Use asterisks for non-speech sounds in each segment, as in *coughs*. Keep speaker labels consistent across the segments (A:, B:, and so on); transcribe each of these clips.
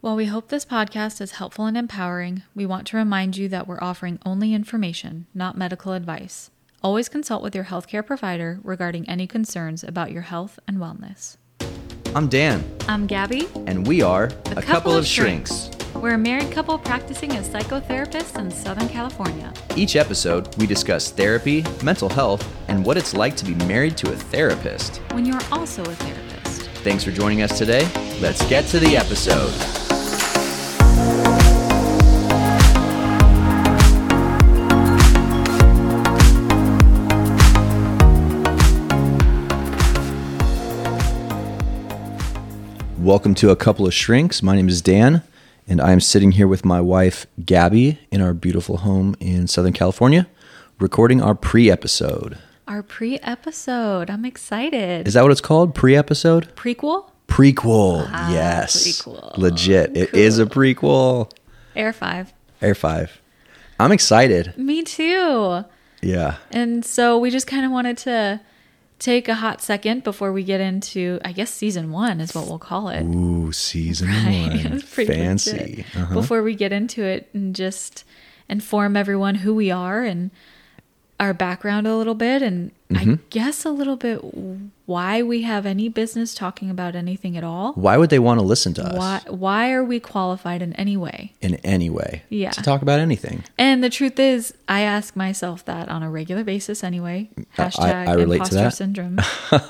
A: While we hope this podcast is helpful and empowering, we want to remind you that we're offering only information, not medical advice. Always consult with your healthcare provider regarding any concerns about your health and wellness.
B: I'm Dan,
A: I'm Gabby.
B: and we are a,
A: Couple of We're a married couple practicing as psychotherapists in Southern California.
B: Each episode, we discuss therapy, mental health, and what it's like to be married to a therapist.
A: When you're also a therapist,
B: Thanks for joining us today. Let's get to the episode. Welcome to A Couple of Shrinks. My name is Dan, and I am sitting here with my wife, Gabby, in our beautiful home in Southern California, recording our pre episode.
A: our pre episode. I'm excited.
B: Is that what it's called? Pre episode?
A: Prequel?
B: Prequel. yes.
A: Ah, prequel.
B: Legit. It is a prequel.
A: Air 5.
B: Air five. I'm excited.
A: Me too.
B: Yeah.
A: And so we just kind of wanted to take a hot second before we get into, I guess, season one is what we'll call it. *laughs*
B: Ooh, season one.
A: It's pretty
B: Fancy. Uh-huh.
A: legit. Before we get into it and just inform everyone who we are and our background a little bit, and
B: Mm-hmm.
A: I guess a little bit why we have any business talking about anything at all.
B: Why would they want to listen to us
A: Why, why are we qualified in any way?
B: in any way?
A: Yeah.
B: To talk about anything.
A: And the truth is, I ask myself that on a regular basis anyway.
B: I-
A: Hashtag
B: I relate to
A: imposter
B: that. *laughs*
A: syndrome.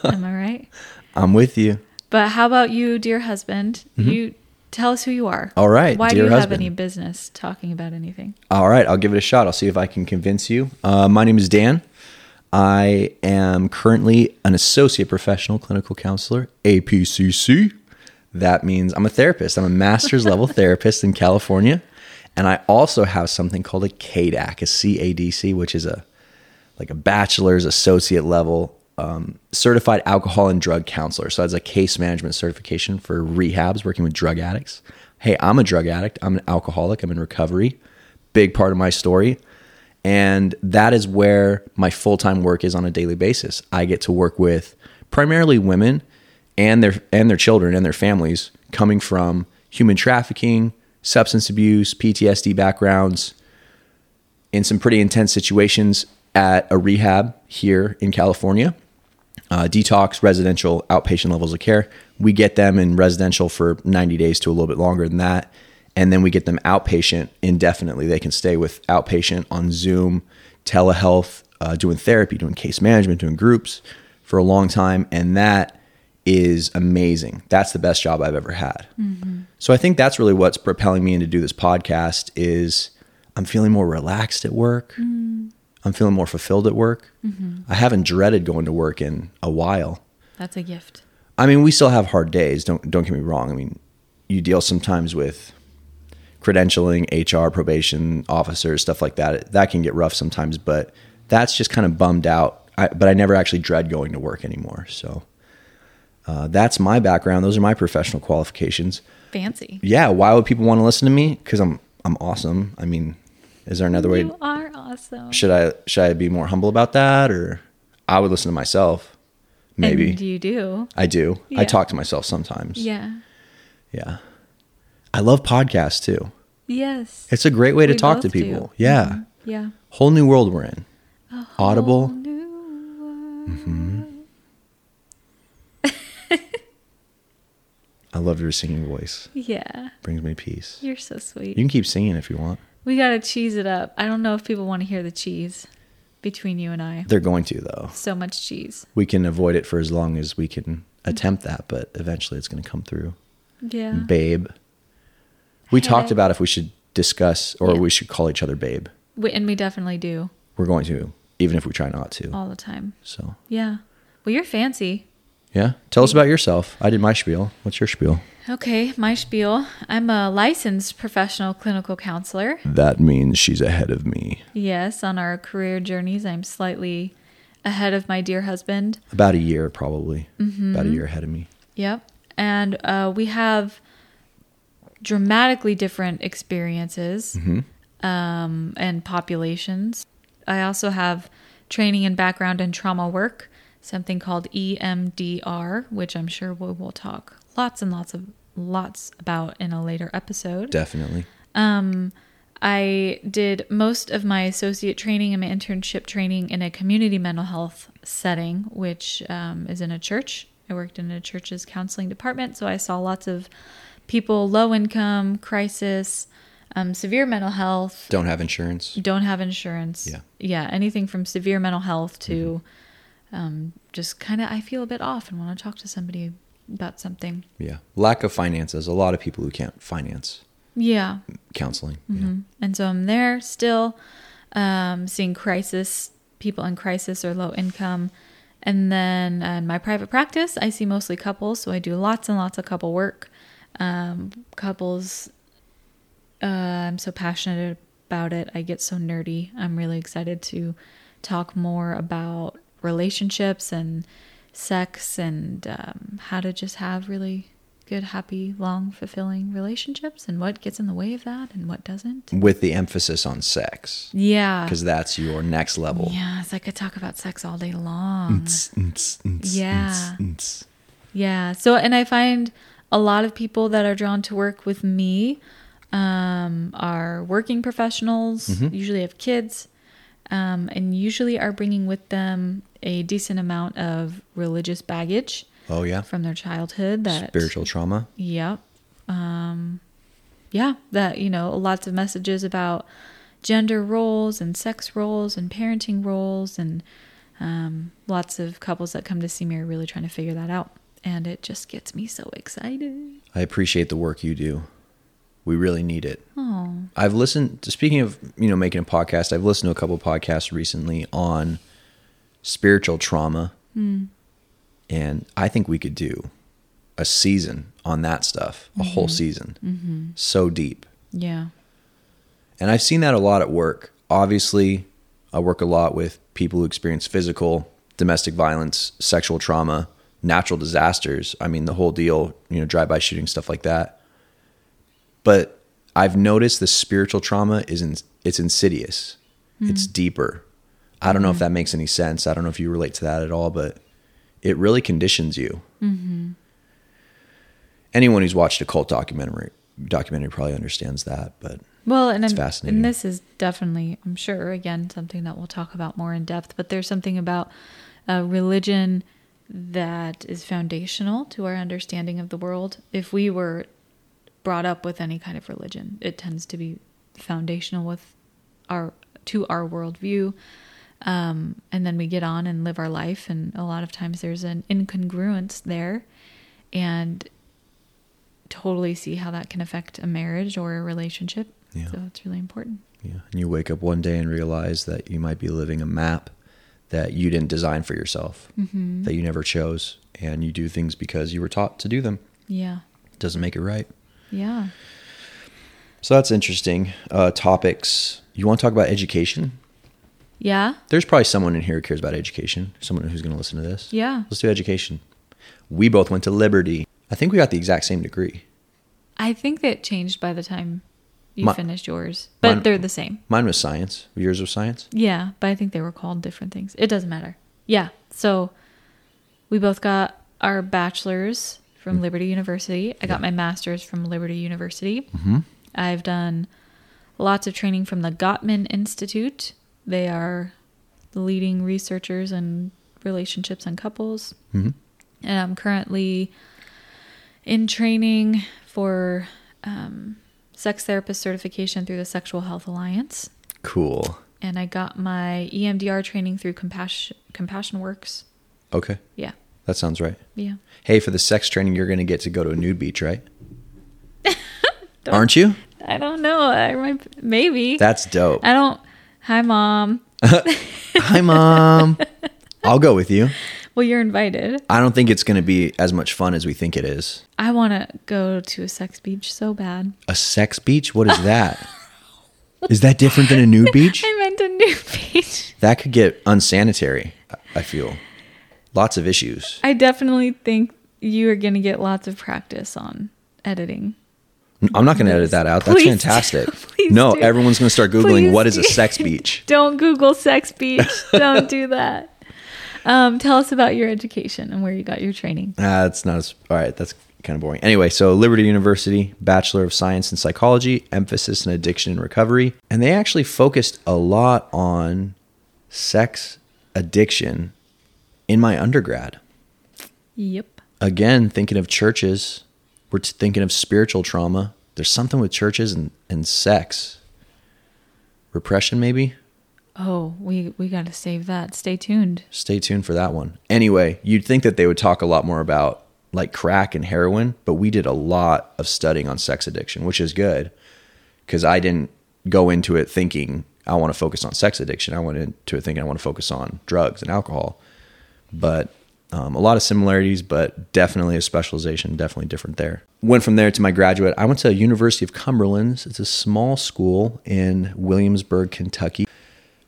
A: Am I right?
B: I'm with you.
A: But how about you, dear husband? You tell us who you are.
B: Mm-hmm. All right,
A: Why
B: dear
A: do you have
B: husband.
A: any business talking about anything?
B: All right, I'll give it a shot. I'll see if I can convince you. Uh, my name is Dan. I am currently an associate professional clinical counselor, APCC. That means I'm a therapist. I'm a master's level therapist in California, and I also have something called a CADAC, a CADC, which is a like a bachelor's associate level um, certified alcohol and drug counselor. So that's a case management certification for rehabs, working with drug addicts. Hey, I'm a drug addict. I'm an alcoholic. I'm in recovery. Big part of my story. And that is where my full time work is on a daily basis. I get to work with primarily women and their and their children and their families coming from human trafficking, substance abuse, PTSD backgrounds, in some pretty intense situations at a rehab here in California. Uh, detox, residential, outpatient levels of care. We get them in residential for 90 days to a little bit longer than that. And then we get them outpatient indefinitely. They can stay with outpatient on Zoom, telehealth, uh, doing therapy, doing case management, doing groups for a long time. And that is amazing. That's the best job I've ever had. So I think that's really what's propelling me into do this podcast is I'm feeling more relaxed at work. I'm feeling more fulfilled at work. I haven't dreaded going to work in a while.
A: That's a gift.
B: I mean, we still have hard days. Don't don't get me wrong. I mean, you deal sometimes with credentialing, HR, probation officers, stuff like that. That can get rough sometimes, but that's just kind of bummed out. I, but I never actually dread going to work anymore. So uh, that's my background. Those are my professional qualifications
A: Fancy.
B: yeah, why would people want to listen to me? Because I'm I'm awesome. I mean, is there another way?
A: You are awesome.
B: Should I should I be more humble about that, or I would listen to myself? Maybe
A: And you do.
B: I do. I
A: Yeah.
B: talk to myself sometimes.
A: Yeah.
B: Yeah. I love podcasts too.
A: Yes.
B: It's a great way to
A: We
B: talk to
A: both do. Mm-hmm.
B: people. Yeah,
A: yeah.
B: whole new world we're in.
A: Oh,
B: Audible. Mm. I love your singing voice.
A: Yeah.
B: Brings me peace.
A: You're so sweet.
B: You can keep singing if you want.
A: we got to cheese it up. I don't know if people want to hear the cheese between you and I.
B: They're going to though.
A: So much cheese.
B: We can avoid it for as long as we can attempt that, but eventually it's going to come through.
A: Yeah.
B: babe. We talked
A: Hey.
B: about if we should discuss or
A: Yeah.
B: we should call each other babe.
A: We, and we definitely do
B: We're going to, even if we try not to.
A: all the time.
B: So,
A: Yeah. Well, you're fancy.
B: yeah. Tell us about yourself. I did my spiel. What's your spiel?
A: Okay, my spiel. I'm a licensed professional clinical counselor.
B: That means she's ahead of me.
A: Yes, on our career journeys, I'm slightly ahead of my dear husband.
B: About a year, probably.
A: Mm-hmm.
B: About a year ahead of me.
A: Yep. And uh, we have dramatically different experiences um, and populations. I also have training and background in trauma E work, something called EMDR, which I'm sure we will talk lots and lots of lots about in a later episode.
B: Definitely.
A: I did most of my associate training and my internship training in a community mental health setting, which um, is in a church. I worked in a church's counseling department, so I saw lots of people, low income, crisis, um, severe mental health,
B: Don't have insurance.
A: don't have insurance.
B: Yeah.
A: Yeah. Anything from severe mental health to um, just kind of, I feel a bit off and want to talk to somebody about something.
B: Yeah. Lack of finances. A lot of people who can't finance
A: Yeah.
B: counseling. Yeah.
A: And so I'm there still, um, seeing crisis people in crisis or low income. And then uh, in my private practice, I see mostly couples. So I do lots and lots of couple work. Um, couples, uh, I'm so passionate about it. I get so nerdy. I'm really excited to talk more about relationships and sex and um, how to just have really good, happy, long, fulfilling relationships and what gets in the way of that and what doesn't.
B: With the emphasis on sex,
A: Yeah.
B: because that's your next level.
A: Yes, I could talk about sex all day long.
B: Nts, nts, nts,
A: Yeah.
B: nts, nts.
A: Yeah. So, and I find a lot of people that are drawn to work with me um, are working professionals, usually have kids, um, and usually are bringing with them a decent amount of religious baggage
B: Oh, yeah.
A: from their childhood that
B: Spiritual trauma.
A: Yep. Um, yeah, that you know, lots of messages about gender roles and sex roles and parenting roles, and um, lots of couples that come to see me are really trying to figure that out, and it just gets me so excited.
B: I appreciate the work you do. We really need it.
A: Oh,
B: I've listened to speaking of, you know, making a podcast, I've listened to a couple of podcasts recently on spiritual trauma. And I think we could do a season on that stuff, a whole season. So deep.
A: yeah,
B: And I've seen that a lot at work. Obviously, I work a lot with people who experience physical, domestic violence, sexual trauma, natural disasters. I mean, the whole deal, you know, drive by shooting, stuff like that. But I've noticed the spiritual trauma is in, it's insidious. It's deeper. I don't know if that makes any sense. I don't know if you relate to that at all, but it really conditions you. Anyone who's watched a cult documentary documentary probably understands that, but
A: Well, and, I'm-
B: fascinating.
A: and this is definitely, I'm sure, again, something that we'll talk about more in depth, but there's something about uh, religion that is foundational to our understanding of the world. If we were brought up with any kind of religion, it tends to be foundational with our to our worldview. Um, and then we get on and live our life, and a lot of times there's an incongruence there, and totally see how that can affect a marriage or a relationship.
B: Yeah.
A: So it's really important.
B: Yeah. And you wake up one day and realize that you might be living a map that you didn't design for yourself, that you never chose. And you do things because you were taught to do them.
A: Yeah.
B: Doesn't make it right.
A: Yeah.
B: So that's interesting. Uh, topics. You want to talk about education?
A: Yeah.
B: There's probably someone in here who cares about education, someone who's going to listen to this.
A: Yeah.
B: Let's do education. We both went to Liberty. I think we got the exact same degree.
A: I think that changed by the time you
B: My-
A: finished yours, but
B: mine-
A: they're the same.
B: Mine was science. Yours was science?
A: Yeah. But I think they were called different things. It doesn't matter. Yeah. So we both got our bachelor's from Liberty University. I got my master's from Liberty University. Mm-hmm. I've done lots of training from the Gottman Institute. They are the leading researchers in relationships and couples.
B: Mm-hmm.
A: And I'm currently in training for um, sex therapist certification through the Sexual Health Alliance.
B: Cool.
A: And I got my E EMDR training through Compassion, Compassion Works.
B: Okay.
A: Yeah.
B: That sounds right.
A: Yeah.
B: Hey, for the sex training, you're going to get to go to a nude
A: *laughs*
B: beach, right? Aren't you?
A: I don't know. I might, maybe.
B: That's dope.
A: I don't. Hi, mom. *laughs*
B: Hi, mom. I'll go with you.
A: Well, you're invited.
B: I don't think it's going to be as much fun as we think it is.
A: I want to go to a sex beach so bad.
B: A sex beach? What
A: *laughs*
B: is that? is that different than a nude beach?
A: I meant a new *laughs* beach.
B: That could get unsanitary, I- I feel. Lots of issues.
A: I definitely think you are going to get lots of practice on editing.
B: N- I'm not going to edit that out. That's
A: Please do.
B: fantastic.
A: *laughs* Please
B: No,
A: do.
B: everyone's going to start Googling
A: Please
B: what is a
A: do.
B: sex beach?
A: Don't Google sex beach. don't do that. Um, tell us about your education and where you got your training.
B: Ah, that's not as. All right, that's kind of boring. Anyway, so Liberty University, Bachelor of Science in Psychology, emphasis in addiction and recovery. And they actually focused a lot on sex addiction in my undergrad.
A: Yep.
B: Again, thinking of churches, we're t- thinking of spiritual trauma. There's something with churches and, and sex. Repression, maybe?
A: Oh, we we got to save that. Stay tuned.
B: Stay tuned for that one. Anyway, you'd think that they would talk a lot more about like crack and heroin, but we did a lot of studying on sex addiction, which is good because I didn't go into it thinking I want to focus on sex addiction. I went into it thinking I want to focus on drugs and alcohol. But um, a lot of similarities, but definitely a specialization, definitely different there. Went from there to my graduate. I went to University of Cumberland's. It's a small school in Williamsburg, Kentucky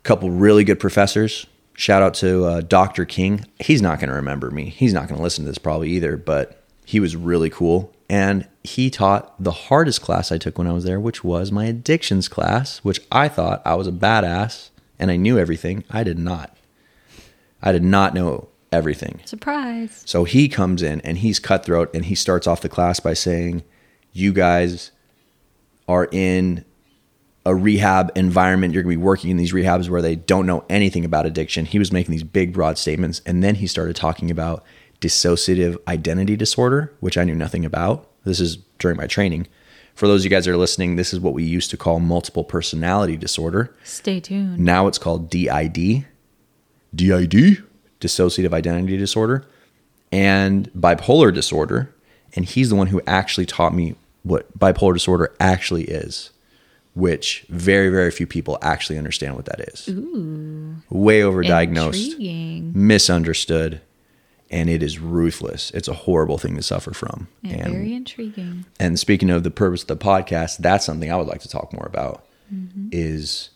B: couple really good professors. Shout out to uh, Dr. King. He's not going to remember me. He's not going to listen to this probably either, but he was really cool. And he taught the hardest class I took when I was there, which was my addictions class, which I thought I was a badass and I knew everything. I did not. I did not know everything.
A: Surprise.
B: So he comes in and he's cutthroat and he starts off the class by saying, You guys are in a rehab environment. You're going to be working in these rehabs where they don't know anything about addiction. He was making these big, broad statements. And then he started talking about dissociative identity disorder, which I knew nothing about. This is during my training. For those of you guys that are listening, this is what we used to call multiple personality disorder.
A: Stay tuned.
B: Now it's called DID. DID? Dissociative identity disorder. And bipolar disorder. And he's the one who actually taught me what bipolar disorder actually is which very very few people actually understand what that is. Way overdiagnosed,
A: Intriguing.
B: misunderstood, and it is ruthless. It's a horrible thing to suffer from.
A: Yeah,
B: and
A: very intriguing.
B: and speaking of the purpose of the podcast, that's something I would like to talk more about is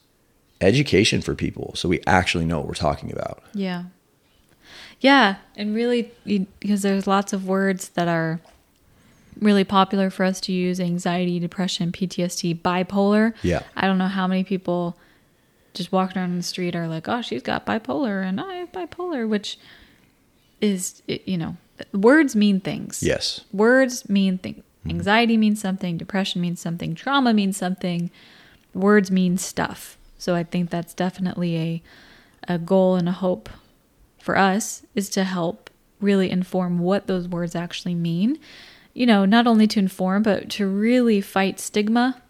B: education for people so we actually know what we're talking about.
A: Yeah. Yeah, and really because there's lots of words that are really popular for us to use anxiety, depression, PTSD, bipolar.
B: Yeah.
A: I don't know how many people just walking around the street are like, "Oh, she's got bipolar and I have bipolar," which is it- you know, words mean things.
B: Yes.
A: Words mean things. Anxiety means something, depression means something, trauma means something. Words mean stuff. So I think that's definitely a a goal and a hope for us is to help really inform what those words actually mean. You know, not only to inform, but to really fight stigma.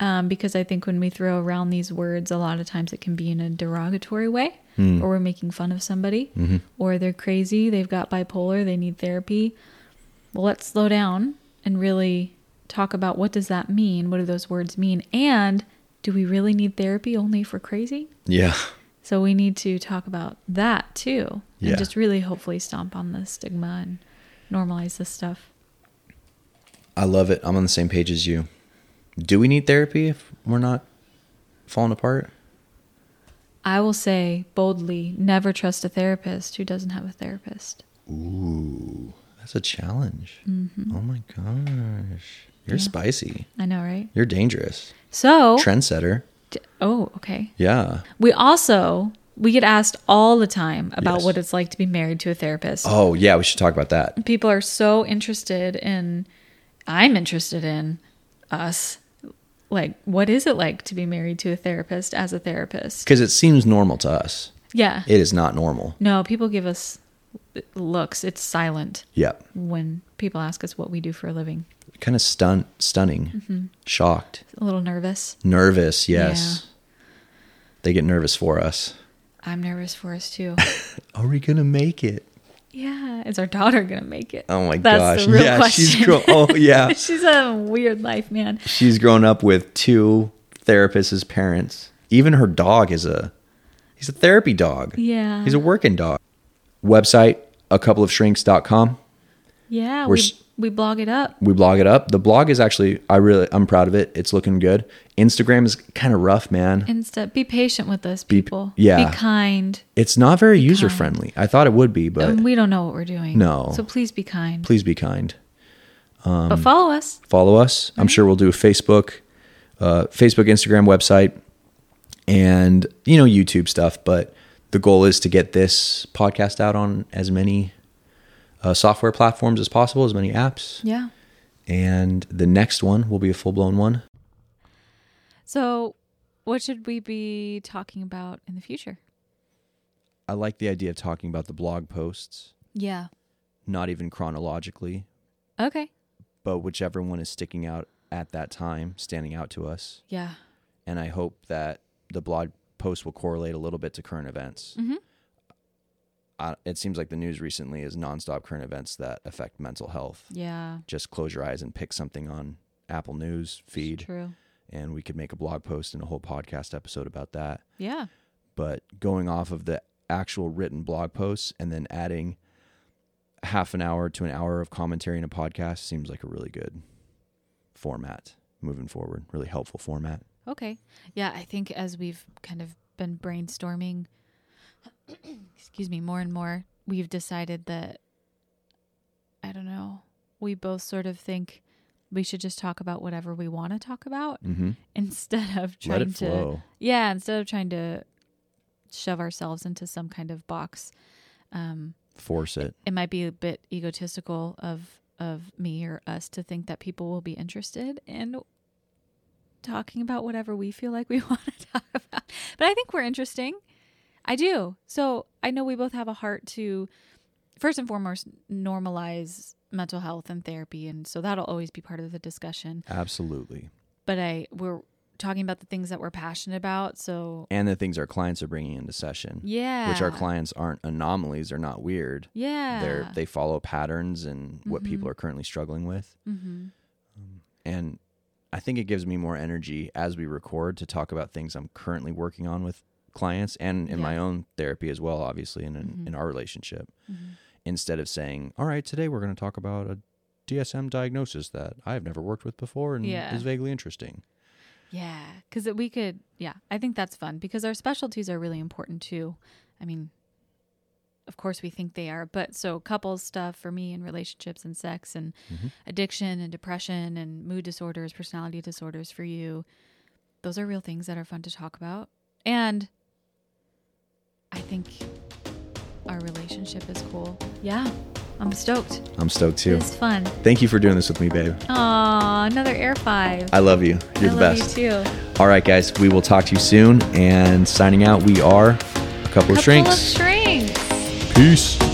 A: Um, because I think when we throw around these words, a lot of times it can be in a derogatory way, or we're making fun of somebody, or they're crazy, they've got bipolar, they need therapy. Well, let's slow down and really talk about what does that mean? What do those words mean? And do we really need therapy only for crazy?
B: Yeah.
A: So we need to talk about that too,
B: Yeah.
A: and just really hopefully stomp on the stigma and normalize this stuff.
B: I love it. I'm on the same page as you. Do we need therapy if we're not falling apart?
A: I will say boldly, never trust a therapist who doesn't have a therapist.
B: Ooh, that's a challenge. Oh my gosh. You're spicy.
A: I know, right?
B: You're dangerous.
A: So,
B: Trendsetter.
A: d- oh, okay.
B: Yeah.
A: We also we get asked all the time about
B: Yes.
A: what it's like to be married to a therapist.
B: Oh, yeah. We should talk about that.
A: people are so interested in i'm interested in us like what is it like to be married to a therapist as a therapist
B: Because it seems normal to us.
A: yeah
B: It is not normal.
A: no people give us looks it's silent
B: Yeah.
A: when people ask us what we do for a living
B: Kind of stun- stunning, shocked,
A: a little nervous
B: nervous. Yes. They get nervous for us.
A: i'm nervous for us too
B: *laughs* Are we going to make it?
A: yeah is our daughter gonna make it
B: Oh my
A: That's
B: gosh.
A: the real
B: yeah. She's
A: question.
B: grown. Oh, yeah.
A: *laughs* she's a weird life man
B: she's grown up with two therapists as parents. Even her dog is a he's a therapy dog.
A: Yeah.
B: He's a working dog. Website a couple of shrinks.com.
A: yeah
B: We're
A: we,
B: s-
A: we blog it up
B: We blog it up. The blog is actually I really I'm proud of it. It's looking good. Instagram is kind of rough, man.
A: instead be patient with us people
B: yeah.
A: be kind
B: It's not very user friendly. I thought it would be, but
A: And we don't know what we're doing.
B: No.
A: So please be kind.
B: please um, be kind.
A: but follow us.
B: follow us. I'm sure we'll do a Facebook, uh, Facebook, Instagram, website, and you know YouTube stuff. But the goal is to get this podcast out on as many uh, software platforms as possible, as many apps.
A: Yeah.
B: And the next one will be a full blown one.
A: So, what should we be talking about in the future?
B: I like the idea of talking about the blog posts,
A: Yeah.
B: not even chronologically,
A: Okay.
B: but whichever one is sticking out at that time, standing out to us.
A: Yeah.
B: And I hope that the blog post will correlate a little bit to current events.
A: Mhm.
B: Uh, it seems like the news recently is nonstop current events that affect mental health.
A: Yeah.
B: Just close your eyes and pick something on Apple News feed,
A: True.
B: and we could make a blog post and a whole podcast episode about that.
A: Yeah.
B: but going off of the actual written blog posts and then adding half an hour to an hour of commentary in a podcast seems like a really good format moving forward, really helpful format.
A: Okay. Yeah, I think as we've kind of been brainstorming, *coughs* excuse me, more and more, we've decided that, I don't know, we both sort of think we should just talk about whatever we want to talk about *laughs*
B: Mm-hmm.
A: instead of trying
B: Let it
A: to.
B: flow.
A: Yeah, instead of trying to shove ourselves into some kind of box. Um,
B: Force it.
A: it might be a bit egotistical of of me or us to think that people will be interested in talking about whatever we feel like we *laughs* want to talk about. But I think we're interesting. I do. So I know we both have a heart to first and foremost normalize mental health and therapy and so that'll always be part of the discussion.
B: Absolutely.
A: But I we're talking about the things that we're passionate about. So
B: And the things our clients are bringing into session,
A: yeah.
B: which our clients aren't anomalies, they're not weird.
A: Yeah.
B: They're, they follow patterns and what people are currently struggling with.
A: mm-hmm.
B: and I think it gives me more energy as we record to talk about things I'm currently working on with clients and in my
A: Yeah. Mm-hmm.
B: own therapy as well, obviously, and in, in our relationship. Instead of saying, "All right, today we're going to talk about a DSM diagnosis that I've never worked with before and
A: Yeah.
B: is vaguely interesting."
A: Yeah, because we could. Yeah, I think that's fun because our specialties are really important too. I mean, of course we think they are, but so couples stuff for me and relationships and sex and
B: Mm-hmm.
A: addiction and depression and mood disorders, personality disorders for you. Those are real things that are fun to talk about. And I think our relationship is cool. Yeah, I'm stoked.
B: I'm stoked too.
A: It's fun.
B: Thank you for doing this with me, babe.
A: Aw, another Air 5.
B: I love you. You're
A: I
B: the
A: love
B: best.
A: you too.
B: All right, guys, we will talk to you soon. And signing out, we are a couple, of
A: Couple
B: shrinks.
A: of shrinks.
B: Peace.